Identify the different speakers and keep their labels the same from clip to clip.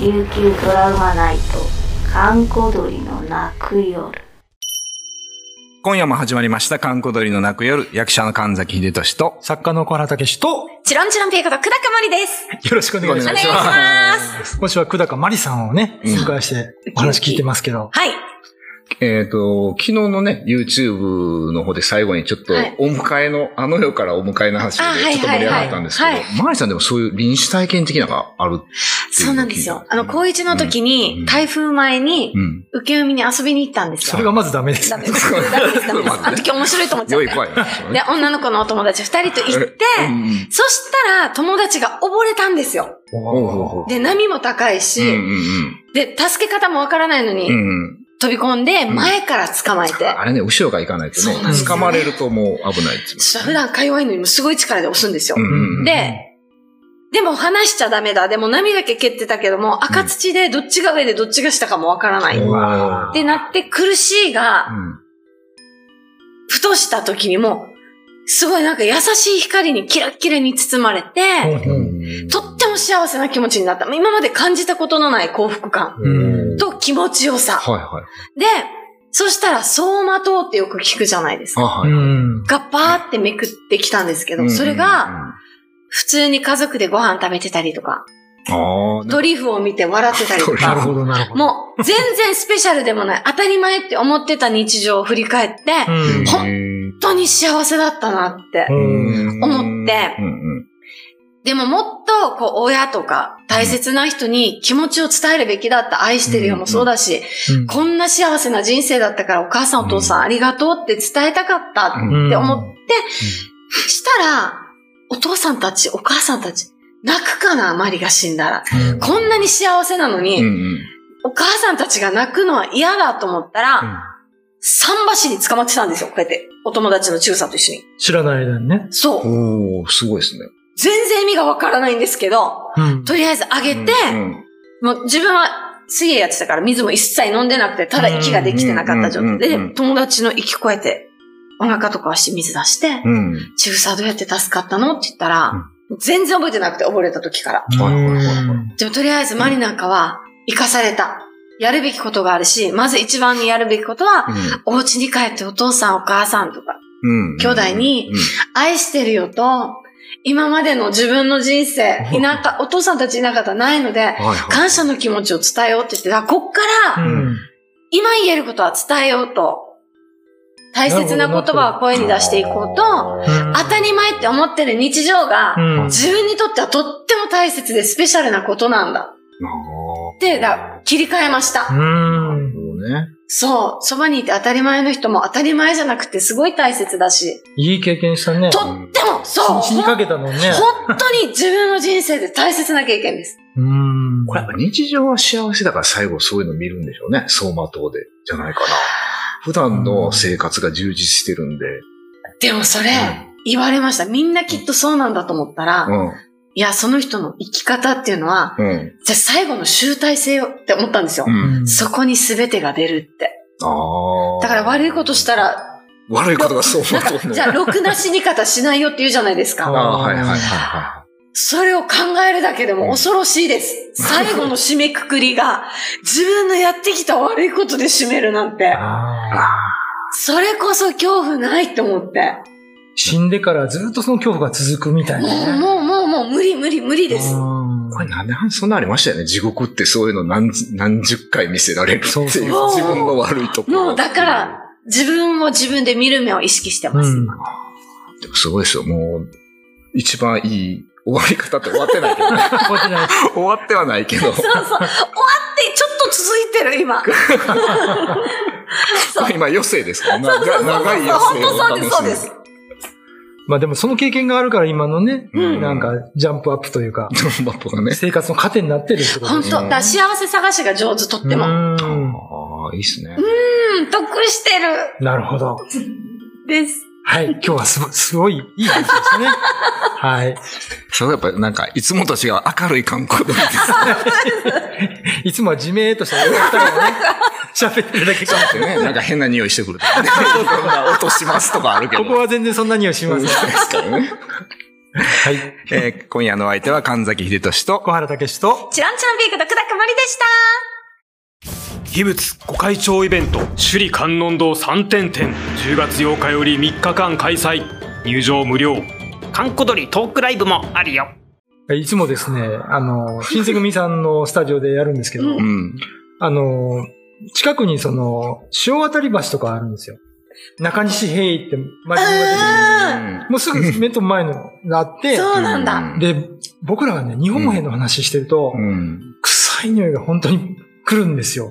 Speaker 1: 琉球ドラマナイト閑古鳥の泣く夜
Speaker 2: 今夜も始まりました、観光鳥の泣く夜、役者の神崎秀俊と、
Speaker 3: 作家の小原武史と、
Speaker 4: チロンチロンピーこと、久高まりです。
Speaker 3: よろしくお願いし
Speaker 4: お願
Speaker 3: ま
Speaker 4: い
Speaker 3: す
Speaker 4: し。ます。
Speaker 3: 今週は久高まりさんをね、
Speaker 2: うん
Speaker 3: 紹介してお話聞いてますけど、
Speaker 4: はい。
Speaker 2: えっ、と、昨日のね、YouTube の方で最後にちょっと
Speaker 4: はい、
Speaker 2: お迎えの、あの世からお迎えの話で
Speaker 4: あはいは、い
Speaker 2: ちょっと盛り上がったんですけど、
Speaker 4: はい
Speaker 2: マリさんでもそういう臨死体験的なのがあるっていう
Speaker 4: そうなんですよ。あの、
Speaker 2: う
Speaker 4: 高一の時
Speaker 2: うんう
Speaker 4: に
Speaker 2: ん、
Speaker 4: 台風前に
Speaker 2: い、うん。
Speaker 4: 受け海に遊びに行ったんです
Speaker 3: そ
Speaker 4: よ。
Speaker 3: れがまずダメです。
Speaker 4: ダメ です。ダメです。ダメで
Speaker 2: まずね
Speaker 4: す。あの時面白いと思っちゃっ
Speaker 2: 良い
Speaker 4: て。
Speaker 2: 声なんですよ
Speaker 4: で
Speaker 2: ね。、
Speaker 4: 女の子のお友達二人と行って、
Speaker 2: うん
Speaker 4: そしたら友達が溺れたんですよ。
Speaker 2: おうおうおう
Speaker 4: で、波も高い
Speaker 2: うんう
Speaker 4: し、
Speaker 2: ん
Speaker 4: で、助け方もわからないの
Speaker 2: うん。う
Speaker 4: に、
Speaker 2: んうん。
Speaker 4: 飛び込んで、
Speaker 2: ん
Speaker 4: 前から捕まえて。
Speaker 2: あれね、後ろが行かないとね
Speaker 4: そうなんです、よ
Speaker 2: 掴まれるともう危ないっていう
Speaker 4: そしたら普段か弱いのにもすごい力で押すんですよ。
Speaker 2: うんうんうん。
Speaker 4: で、でも話しちゃダメだ。でも波だけ蹴ってたけども、赤土でどっちが上でどっちが下かもわからない。
Speaker 2: う
Speaker 4: っ
Speaker 2: わ
Speaker 4: てなって苦しいが、ふとした時にも、すごいなんか優しい光にキラッキラに包まれて、
Speaker 2: う
Speaker 3: うんん
Speaker 2: うん
Speaker 4: とっても幸せな気持ちになった。今まで感じたことのない幸福感
Speaker 3: うん
Speaker 4: と気持ちよさ。
Speaker 2: はいはい。
Speaker 4: で、そしたら、相馬灯ってよく聞くじゃないです
Speaker 2: あ、
Speaker 4: か。
Speaker 2: は
Speaker 3: う
Speaker 2: い。
Speaker 3: ん。
Speaker 4: がバーってめくってきたんですけど、それが、普通に家族でご飯食べてたりとか、
Speaker 2: うんうんうん、ああ、
Speaker 4: トリュフを見て笑ってたりと
Speaker 2: トリュ
Speaker 3: な
Speaker 2: フ
Speaker 3: る
Speaker 4: か、
Speaker 3: ほど、なるほど。
Speaker 4: もう全然スペシャルでもない、当たり前って思ってた日常を振り返って、本
Speaker 3: うん
Speaker 4: ほ当に幸せだったなって。
Speaker 2: うん
Speaker 4: 思って
Speaker 2: うんうん
Speaker 4: でももっと、こう、親とか、大切な人に気持ちを伝えるべきだった、愛してるよもそうだし、
Speaker 3: うん
Speaker 4: こんな幸せな人生だったから、お母さんお父さんありがとうって伝えたかったっ
Speaker 2: うん
Speaker 4: って思って、したら、お父さんたち、お母さんたち、泣くかな、マリが死んだら。
Speaker 3: うん
Speaker 4: こんなに幸せなのに、
Speaker 2: うんうん
Speaker 4: お母さんたちが泣くのは嫌だと思ったら、
Speaker 2: うん
Speaker 4: 桟橋に捕まってたんですよ、こうやって。お友達の中さんと一緒に。
Speaker 3: 知らない間にね。
Speaker 4: そう。
Speaker 2: おおすごいですね。
Speaker 4: 全然意味がわからないんですけど、
Speaker 3: うん
Speaker 4: とりあえずあげて、
Speaker 2: うん
Speaker 4: もう自分は水泳やってたから水も一切飲んでなくて、ただ息ができてなかった状
Speaker 2: う
Speaker 4: 態
Speaker 2: んうんうんう
Speaker 4: で、
Speaker 2: ん
Speaker 4: 友達の息超えて、お腹とかはして水出して、
Speaker 2: うん。
Speaker 4: 中佐どうやって助かったのって言ったら、全然覚えてなくて、溺れた時から。
Speaker 2: はいはいはいはい
Speaker 3: うん
Speaker 4: でもとりあえずマリなんかは、生かされた。やるべきことがあるし、まず一番にやるべきことは、お家に帰ってお父さんお母さんとか、
Speaker 2: うん。うん
Speaker 4: 兄弟に、愛してるよと、今までの自分の 人生、いなか、お父さんたちいなかったらないので
Speaker 2: うん、はいはい
Speaker 4: 感謝の気持ちを伝えようって言って、だからこっか
Speaker 3: う
Speaker 4: ら、
Speaker 3: ん
Speaker 4: 今言えることは伝えようと、大切な言葉を声に出していこうと、
Speaker 3: うん
Speaker 4: 当たり前って思ってる日常が、
Speaker 3: うん
Speaker 4: 自分にとってはとっても大切でスペシャルなことなんだ。って、だ、切り替えました。
Speaker 3: うん
Speaker 2: そうね。
Speaker 4: そう、そばにいて当たり前の人も当たり前じゃなくてすごい大切だし、
Speaker 3: いい経験したね。
Speaker 4: とっても、そう、
Speaker 3: 死に
Speaker 4: ほ
Speaker 3: か
Speaker 4: ん
Speaker 3: けたもんね。
Speaker 4: 本当に自分の人生で大切な経験です。
Speaker 3: うん
Speaker 2: これやっぱ日常は幸せだから最後そういうの見るんでしょうね。相馬灯で。じゃ ないかな。普段の生活が充実してるんで。
Speaker 4: でもそれ、言われました。みんなきっとそうなんだと思ったら、
Speaker 2: うん。
Speaker 4: いや、その人の生き方っていうのは、
Speaker 2: うん。
Speaker 4: じゃあ最後の集大成よって思ったんですよ
Speaker 2: う。ん。
Speaker 3: うん
Speaker 4: そこに全てが出るって。
Speaker 2: ああ。
Speaker 4: だから悪いことしたら、
Speaker 2: 悪いことが相馬灯の。
Speaker 4: じゃあ、ろくな死に方しないよって言うじゃないですか。
Speaker 2: ああー、はいはいはいはい。
Speaker 4: それを考えるだけでも恐ろしいです。最後の締めくくりが、自分のやってきた悪いことで締めるなんて、
Speaker 3: あー
Speaker 2: あ
Speaker 4: それこそ恐怖ないと思って。
Speaker 3: 死んでからずっとその恐怖が続くみたい
Speaker 4: も
Speaker 3: な
Speaker 4: う、
Speaker 3: ね。
Speaker 4: もう、もう、もう、無理、無理、無理です。
Speaker 3: うん
Speaker 2: これなんでそんなありましたよね。地獄ってそういうの何何十回見せられるっていう
Speaker 3: そうそう
Speaker 2: 自分の悪いところ。
Speaker 4: もう、だから、、自分を自分で見る目を意識してます。
Speaker 3: うん。
Speaker 2: でもすごいですよ。もう、一番いい終わり方って終わって ないけどね。
Speaker 3: こうやってね
Speaker 2: 終わってはないけど。
Speaker 4: そうそう。終わって、ちょっと続いてる、今。そう
Speaker 2: 今、余生ですから。
Speaker 4: そうそうそう
Speaker 2: 長長い余
Speaker 4: 本
Speaker 2: 生
Speaker 4: 当
Speaker 2: を
Speaker 4: そう
Speaker 2: 楽し
Speaker 4: で
Speaker 2: む
Speaker 4: す、そうです。
Speaker 3: まあでもその経験があるから今のね、
Speaker 2: うん
Speaker 3: なんかジャンプアップというか、
Speaker 2: マップがね。
Speaker 3: 生活の糧になってるってこと
Speaker 4: 本当、だから幸せ探しが上手とっても。
Speaker 3: も。
Speaker 2: ああ、いいっすね。
Speaker 4: うん、得してる。
Speaker 3: なるほど。
Speaker 4: です。
Speaker 3: はい。今日はすごすごいいい話でしたね。はい。
Speaker 2: それはやっぱなんか、いつもと違う明るい観光です。
Speaker 3: いつもはじめーっとしたお二人がね、喋ってるだけかもしれない。
Speaker 2: ね、なんか変な匂いしてく るとかね。そんな音しますとかあるけど。
Speaker 3: ここは全然そんなにはしま
Speaker 2: うん
Speaker 3: せん。
Speaker 2: ですからね。
Speaker 3: はい。
Speaker 5: えー今夜のお相手は神崎秀俊と
Speaker 3: 小原武史と、
Speaker 4: チランチランピークのくだくまりでした
Speaker 6: 秘仏御開帳イベント首里観音堂3点展10月8日より3日間開催入場無料かんこ鳥トークライブもあるよ
Speaker 3: いつもですね、あの、新瀬組さんのスタジオでやるんですけど、
Speaker 4: うん
Speaker 5: うん。
Speaker 3: あの、近くにその、潮渡り橋とかあるんですよ。中西平井って、マリが出てくる
Speaker 5: うん
Speaker 3: もうすぐ目と前のがあって、
Speaker 4: そうなんだ。
Speaker 3: で、僕らがね、日本兵の話してると、
Speaker 5: うん。
Speaker 3: 臭い匂いが本当に来るんですよ。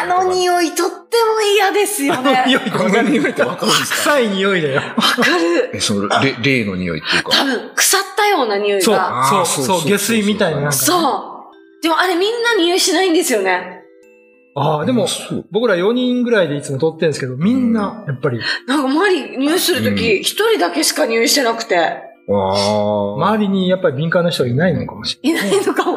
Speaker 4: あの匂いとっても嫌ですよ ね。
Speaker 3: 匂いこんな匂いだよ臭い匂いだよ。
Speaker 4: わかる。
Speaker 2: えその、れ霊の匂いっていう
Speaker 4: 多
Speaker 2: か。
Speaker 4: 分、腐ったような匂い
Speaker 3: そう
Speaker 4: が。、
Speaker 3: そう、
Speaker 2: そう
Speaker 3: そう、
Speaker 2: そう
Speaker 3: 下水みたいななんかね。
Speaker 4: そう。でもあれみんな匂いしないんですよね。
Speaker 3: ああ、でも、
Speaker 2: そう
Speaker 3: 僕ら4人ぐらいでいつも撮ってるんですけど、みんな、やっぱり、
Speaker 4: なんかマリ匂いするとき、一人だけしか匂いしてなくて、
Speaker 2: ああ。
Speaker 3: 周りにやっぱり敏感な人がいないのかもし
Speaker 4: いないのかも。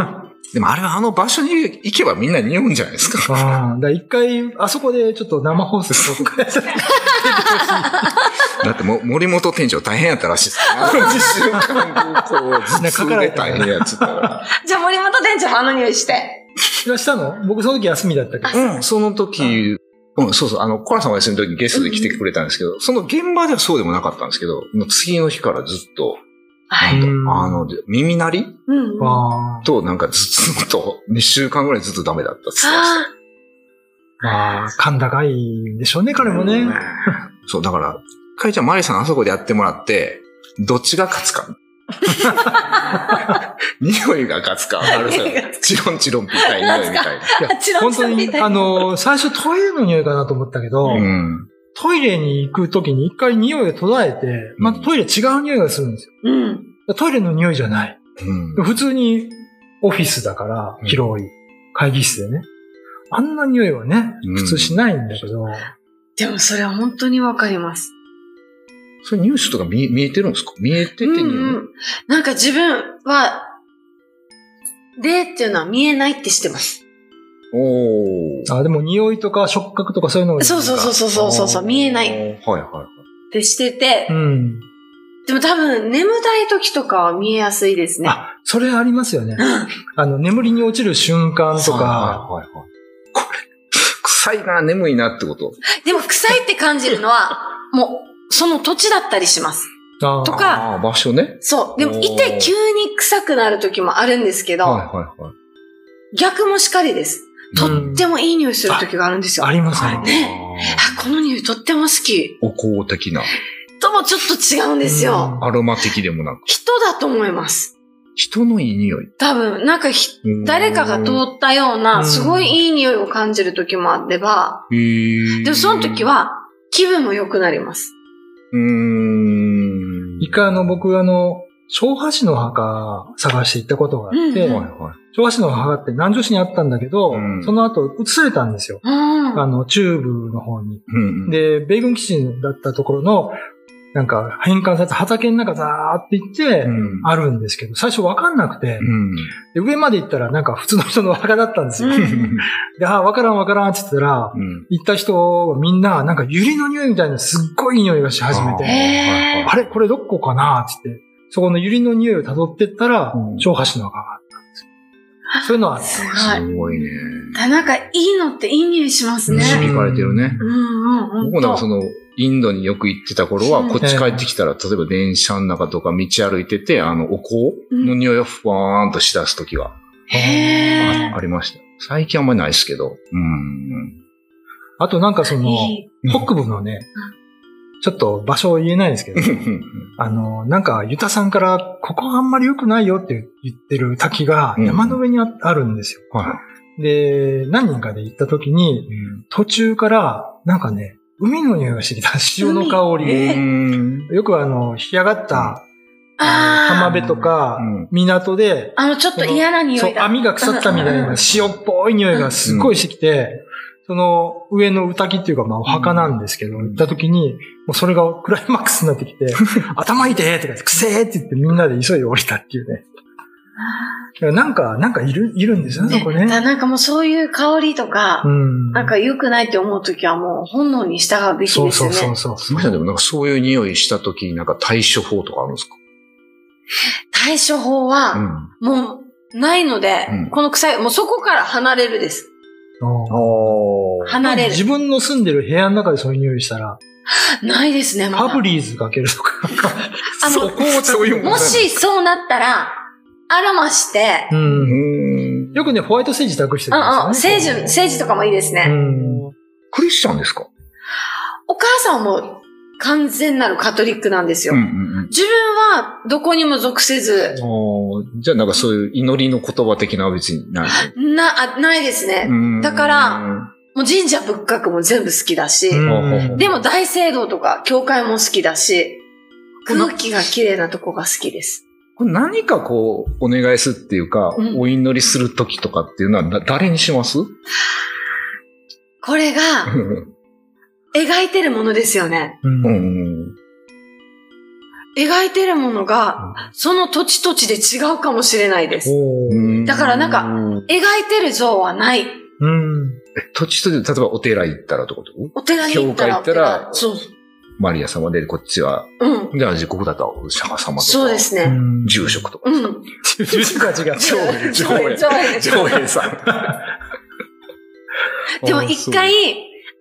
Speaker 2: でもあれはあの場所に行けばみんな匂うんじゃないです か。
Speaker 3: れない。ああ、だから一回、あそこでちょっと生放送とかや ったら
Speaker 2: だっても森本店長大変やったらしいですね。あの2週間 こう、頭痛で大変やっつったか
Speaker 4: じゃあ森本店長あの匂いして。
Speaker 3: したの僕その時休みだったけど。
Speaker 2: ら。うん、その時、うん、そうそう、あの、コラさんお休みの時にゲストで来てくれたんですけど、その現場ではそうでもなかったんですけど、もう次の日からずっと、
Speaker 4: はい。
Speaker 3: うん
Speaker 2: あの、耳鳴り
Speaker 4: うん。あ
Speaker 3: あ
Speaker 2: と、なんか頭痛と、2週間ぐらいずっとダメだったっつってました。
Speaker 4: あ
Speaker 3: あ、まあ、感高いんでしょうね、彼もね。
Speaker 2: そう、だから、かいちゃん、マリさんあそこでやってもらって、どっちが勝つか。匂いが勝つか。あるさ
Speaker 4: 匂いが勝、
Speaker 2: チロンチロンみたいな匂いみたい
Speaker 3: いや
Speaker 4: ー、チラ
Speaker 3: 本
Speaker 4: ッ
Speaker 3: 当
Speaker 4: と見
Speaker 3: に、
Speaker 4: て。
Speaker 3: あの、最初トイレの匂いかなと思ったけど、
Speaker 2: な。うん。
Speaker 3: トイレに行く時に一回匂いを途絶えて、またトイレ違う匂いがするんですよ。
Speaker 4: うん。
Speaker 3: トイレの匂いじゃない。
Speaker 2: うん。
Speaker 3: 普通にオフィスだから、
Speaker 2: うん
Speaker 3: 広い会議室でね。あんな匂いはね、
Speaker 2: うん
Speaker 3: 普通しないんだけど、
Speaker 4: でもそれは本当にわかります。
Speaker 2: それニュースとか見見えてるんですか見えてて匂い、
Speaker 4: うんうん。なんか自分は、霊っていうのは見えないって知ってます。
Speaker 2: おー。
Speaker 3: あでも匂いとか触覚とかそういうのが
Speaker 4: そうそうそうそうそうそうそう、見えないっ
Speaker 2: おー。はいはい。
Speaker 4: てしてて、
Speaker 3: うん。
Speaker 4: でも多分眠たい時とかは見えやすいですね。
Speaker 3: あ、それありますよね。あの、眠りに落ちる瞬間とか、
Speaker 2: はいはいはい。これ、臭いな、眠いなってこと。
Speaker 4: でも臭いって感じるのは、もう、その土地だったりします。
Speaker 3: あ
Speaker 4: と
Speaker 3: ー
Speaker 4: か
Speaker 2: ああー、場所ね。
Speaker 4: そう。でも、
Speaker 2: おー
Speaker 4: いて急に臭くなる時もあるんですけど、
Speaker 2: はいはいはい。
Speaker 4: 逆もしかりです。
Speaker 3: うん
Speaker 4: とってもいい匂いする時があるんですよ。
Speaker 3: あ
Speaker 4: あ
Speaker 3: りますね。
Speaker 4: ねあ、この匂いとっても好き。
Speaker 2: お香的な。
Speaker 4: ともちょっと違うんです
Speaker 3: う
Speaker 4: よ。
Speaker 3: ん
Speaker 2: アロマ的でもなく。
Speaker 4: 人だと思います。
Speaker 2: 人のいい匂い。
Speaker 4: 多分、なんかひ、誰かが通ったよう
Speaker 3: うん
Speaker 4: な、すごいいい匂いを感じる時もあれば、
Speaker 2: へー
Speaker 4: でもその時。は、気分も良くなります。
Speaker 2: うーん。
Speaker 3: 一回あの、僕あの、昭和市の墓探して行ったことがあって、
Speaker 4: うん
Speaker 2: はいはい。
Speaker 3: 昭和市の墓って南城市にあったんだけど、
Speaker 2: うん
Speaker 3: その後移されたんですよ。
Speaker 4: うん。
Speaker 3: あの、中部の方に。
Speaker 2: うんうん、
Speaker 3: で、米軍基地だったところの、なんか返還された畑の中ザーって行って、
Speaker 2: うん
Speaker 3: あるんですけど、最初わかんなくて、
Speaker 2: うん。
Speaker 3: で上まで行ったらなんか普通の人のお墓だったんですよ。
Speaker 4: う
Speaker 2: うんん
Speaker 3: で、あー、わからんわからんって言ったら、
Speaker 2: うん。
Speaker 3: 行った人、みんな、なんか百合の匂いみたいなすっごいいい匂いがし始め
Speaker 2: あー
Speaker 3: て、
Speaker 4: へ
Speaker 3: あれこれどこかなって言って、そこの百合の匂いを辿ってったら、
Speaker 2: うん
Speaker 3: 小橋の墓があったんですよ。そういうのはあって、
Speaker 4: すごい。
Speaker 2: すごいね。
Speaker 4: あなんか、いいのっていい匂いしますね。
Speaker 2: 響かれてるね
Speaker 4: う。んうん、ほん
Speaker 2: 僕なんかその、インドによく行ってた頃は、
Speaker 4: うん
Speaker 2: こっち帰ってきたら、例えば電車の中とか道歩いてて、あの、お香の匂いをふわーんとしだす時が
Speaker 4: へ
Speaker 2: ありました。最近あんまりないですけど。うん。
Speaker 3: あとなんかそ
Speaker 4: ー
Speaker 3: の、
Speaker 4: いい。
Speaker 3: 北部のね、ちょっと場所を言えないですけど、あの、なんか、ユタさんから、ここあんまり良くないよって言ってる滝が
Speaker 2: うん
Speaker 3: 山の上にああるんですよ。
Speaker 2: は
Speaker 3: で、何人かで行った時に、
Speaker 2: い。
Speaker 3: 途中から、なんかね、海の匂いがしてきた。潮の香
Speaker 4: 海え
Speaker 3: り。
Speaker 2: うん。
Speaker 3: よくあの、干上がったあの浜
Speaker 4: あ
Speaker 3: 辺とか
Speaker 2: うん、
Speaker 3: 港で、
Speaker 4: あ、あの、ちょっと嫌な匂
Speaker 3: そう
Speaker 4: い、だ。
Speaker 3: 網が腐ったみたい
Speaker 2: うん
Speaker 3: な塩っぽい匂いがすっごいしてきて、その上のうたきっていうか、まあお墓なんですけど、
Speaker 2: うん
Speaker 3: 行った時に、もうそれがクライマックスになってきて、頭痛えとか、くせえって言ってみんなで急いで降りたっていうね。だからなんか、なんかいる、いるんですよね、
Speaker 4: ね
Speaker 3: そこ
Speaker 4: だ
Speaker 3: ね
Speaker 4: か。らなんかもうそういう香りとか、
Speaker 3: うん。
Speaker 4: なんか良くないって思うときはもう本能に従うべきです
Speaker 3: そ
Speaker 4: よね。
Speaker 3: うそうそうそう。
Speaker 2: マリさんでもなんかそういう匂いした時になんか対処法とかあるんですか
Speaker 4: 対処法
Speaker 2: う
Speaker 4: は、
Speaker 2: ん。
Speaker 4: もう、ないので、
Speaker 2: うん
Speaker 4: この臭い、もうそこから離れるです。
Speaker 3: あ
Speaker 2: おー。
Speaker 4: 離れる
Speaker 3: 自。分の住んでる部屋の中でそういう匂いしたら、
Speaker 4: ないですね、まだ
Speaker 3: パブリーズかけるとか。
Speaker 4: あの
Speaker 2: そこをそういう問題
Speaker 4: もしそうなったら、アロマして、
Speaker 3: う。
Speaker 2: うんん。
Speaker 3: よくね、ホワイトセージ託して
Speaker 4: う
Speaker 3: るんです
Speaker 4: ん
Speaker 3: よ
Speaker 4: う
Speaker 3: ね。
Speaker 4: ん、聖樹、聖樹とかもいいですね。
Speaker 3: うん。
Speaker 2: クリスチャンですか
Speaker 4: お母さんも完全なるカトリックなんですよ。
Speaker 2: うんうんうん。
Speaker 4: 自分はどこにも属せず、
Speaker 2: おーじゃあなんかそういう祈りの言葉的なは別にない。
Speaker 4: な、あないですね。
Speaker 2: うん
Speaker 4: だから、もう神社仏閣も全部好きだし、
Speaker 3: うん
Speaker 2: うん
Speaker 4: でも大聖堂とか教会も好きだし、空気が綺麗なとこが好きです。
Speaker 2: これ何かこう、お願いするっていうか、
Speaker 4: うん
Speaker 2: お祈りするときとかっていうのはな誰にし ます
Speaker 4: これ
Speaker 2: う
Speaker 4: が
Speaker 2: ん
Speaker 4: 描いてるものですよね。
Speaker 3: うん
Speaker 2: うんうん。
Speaker 4: 描いてるものが、その土地土地で違うかもしれないです。
Speaker 3: おー
Speaker 2: うん
Speaker 4: だからなんか描いてる像はない。
Speaker 3: うん。
Speaker 2: 土地と例えばお寺行ったらってこと
Speaker 4: お寺に行った
Speaker 2: 教会
Speaker 4: ら。
Speaker 2: 行ったら
Speaker 4: お寺そう。
Speaker 2: マリア様で、こっちは、
Speaker 4: うん。
Speaker 2: じゃあ、時刻だったらお釈迦様とか。
Speaker 4: そうで。すね。
Speaker 3: うん
Speaker 2: 住職とか。
Speaker 4: うん。
Speaker 3: 住所が 違う。
Speaker 2: 上映
Speaker 4: 上映上映
Speaker 2: 上映さん。
Speaker 4: でも一回、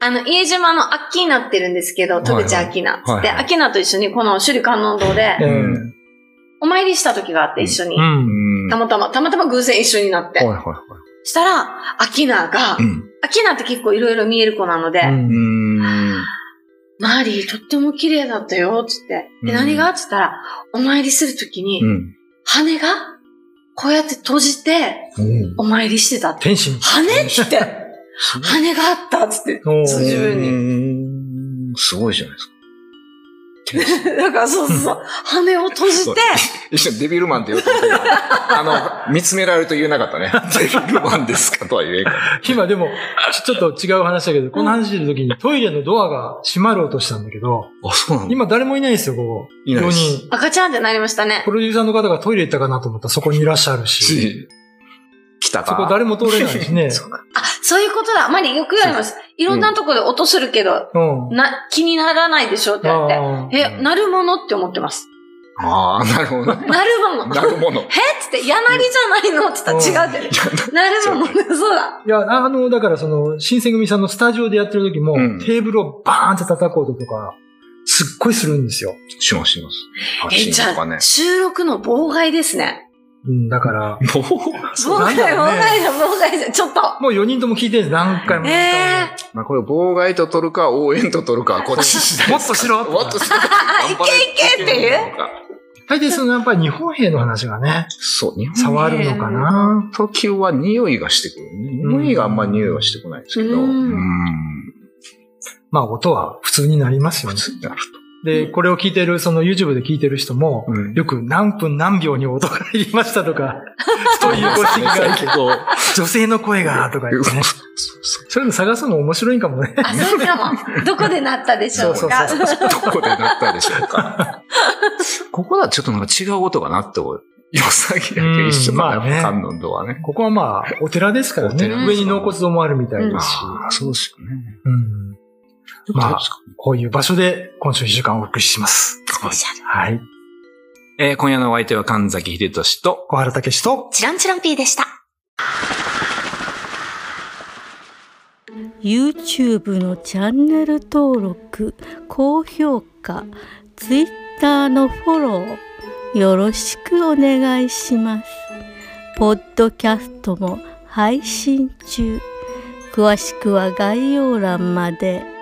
Speaker 4: あの、家島のアッキーナってるんですけど、戸口アッキー
Speaker 2: は
Speaker 4: ナ。
Speaker 2: いはい
Speaker 4: で、アッキーナと一緒にこの首里観音堂で、
Speaker 3: う
Speaker 2: うん
Speaker 3: ん。
Speaker 4: お参りした時があって一緒に
Speaker 3: う。。
Speaker 2: うんん。
Speaker 4: た
Speaker 2: は
Speaker 4: またま、たまたま偶然一緒になっ
Speaker 2: い
Speaker 4: て。
Speaker 2: はいは
Speaker 4: したら、アキナが
Speaker 2: い。、ん。
Speaker 4: アキナって結構いろいろ見える子なので、
Speaker 3: うん
Speaker 2: うん。
Speaker 4: マリーとっても綺麗だったよ、つって。
Speaker 2: う
Speaker 4: で、
Speaker 2: ん
Speaker 4: 何がって言ったら、お参りするときに、
Speaker 2: うん。
Speaker 4: 羽が、こうやって閉じて、お参りしてたって。
Speaker 3: 天使みたい
Speaker 4: 羽って、羽があった、つって。
Speaker 3: おー
Speaker 4: そう自分
Speaker 2: に。
Speaker 4: に。
Speaker 2: すごいじゃないですか。
Speaker 4: だから、そうそうそう。羽を閉じて、
Speaker 2: 一瞬デビルマンって言おうと思ったけどあの、見つめられると言えなかった ね。デビルマンですかとは言えんか。
Speaker 3: 今でも、ちょちょっと違う話だけど、この話してる時にトイレのドアが閉まろうとしたんだけど、
Speaker 2: あ、そうなの
Speaker 3: 今誰もいないですよ、ここ。
Speaker 2: いないです
Speaker 3: 4人。
Speaker 4: 赤ちゃんってなりましたね
Speaker 3: プ。ロデューサーの方がトイレ行ったかなと思ったらそこにいらっしゃるし、
Speaker 2: し来たか。
Speaker 3: そこ誰も通れないしね。
Speaker 4: そうか。あ、そういうことだ。マリーよく言われます。いろんなとこで音するけど、
Speaker 3: うん。
Speaker 4: な、気にならないでしょって言って。
Speaker 3: あー
Speaker 4: え、なるものって思ってます。
Speaker 2: ああ、なるほど。
Speaker 4: なるもの。
Speaker 2: なるもの。
Speaker 4: えっつって、柳じゃないのって言ったら違うって。なるもの。そうだ。
Speaker 3: いや、あの、だからその、新選組さんのスタジオでやってる時も、
Speaker 2: うん
Speaker 3: テーブルをバーンって叩こうとか、すっごいするんですよ。
Speaker 2: しますします。発
Speaker 4: え、
Speaker 2: 信
Speaker 4: じゃ
Speaker 2: とかね
Speaker 4: あ、。収録の妨害ですね。
Speaker 3: うん、だから、
Speaker 2: も
Speaker 4: 妨
Speaker 3: なん
Speaker 4: 害、
Speaker 3: だ
Speaker 4: 妨
Speaker 3: ろうね
Speaker 4: 害だ、妨害だ。ちょっと。
Speaker 3: もう4人とも聞いてるんです何回も何回も。
Speaker 4: ええ
Speaker 2: うまあこれ妨害と取るか、応援と取るかはこっち次第
Speaker 3: もっとしろ
Speaker 2: もっとしろ
Speaker 4: いけいけっていう
Speaker 3: 大抵そのやっぱり日本兵の話がね、
Speaker 2: そう、日本
Speaker 3: 触るのかな。
Speaker 2: 時は匂いがしてくる。匂いがあんま匂いはしてこないんですけど。
Speaker 4: う
Speaker 2: うんん。
Speaker 3: まあ音は普通になりますよね。
Speaker 2: つなる
Speaker 3: で、これを聞いてる、その YouTube で聞いてる人も、
Speaker 2: うん
Speaker 3: よく何分何秒に音が入りましたと か、そういうご指摘があるけど、女性の声がとか言ってね。そういうの探すの面白いかもね。
Speaker 4: あ、そうかも。どこでなったでしょう
Speaker 3: そうそう
Speaker 4: か。
Speaker 3: そう
Speaker 2: どこでなったでしょうか。 ここはちょっとなんか違う音がなって思う。よさぎだけ一緒だ
Speaker 3: うんまあね
Speaker 2: ね、観音堂はね。
Speaker 3: ここはまあ、お寺ですから
Speaker 2: お
Speaker 3: ね。
Speaker 2: 寺
Speaker 3: 上に納骨堂もあるみたいですし。
Speaker 2: ああ、そうですよね。
Speaker 3: うんまあ
Speaker 2: どうですか
Speaker 3: こういう場所で今週一週間お送りします。はい。
Speaker 5: えー今夜のお相手は神崎秀俊と、
Speaker 3: 小原武史と、
Speaker 7: チランチランピーでした。
Speaker 8: YouTube のチャンネル登録高評価 Twitter のフォローよろしくお願いしますポッドキャストも配信中詳しくは概要欄まで。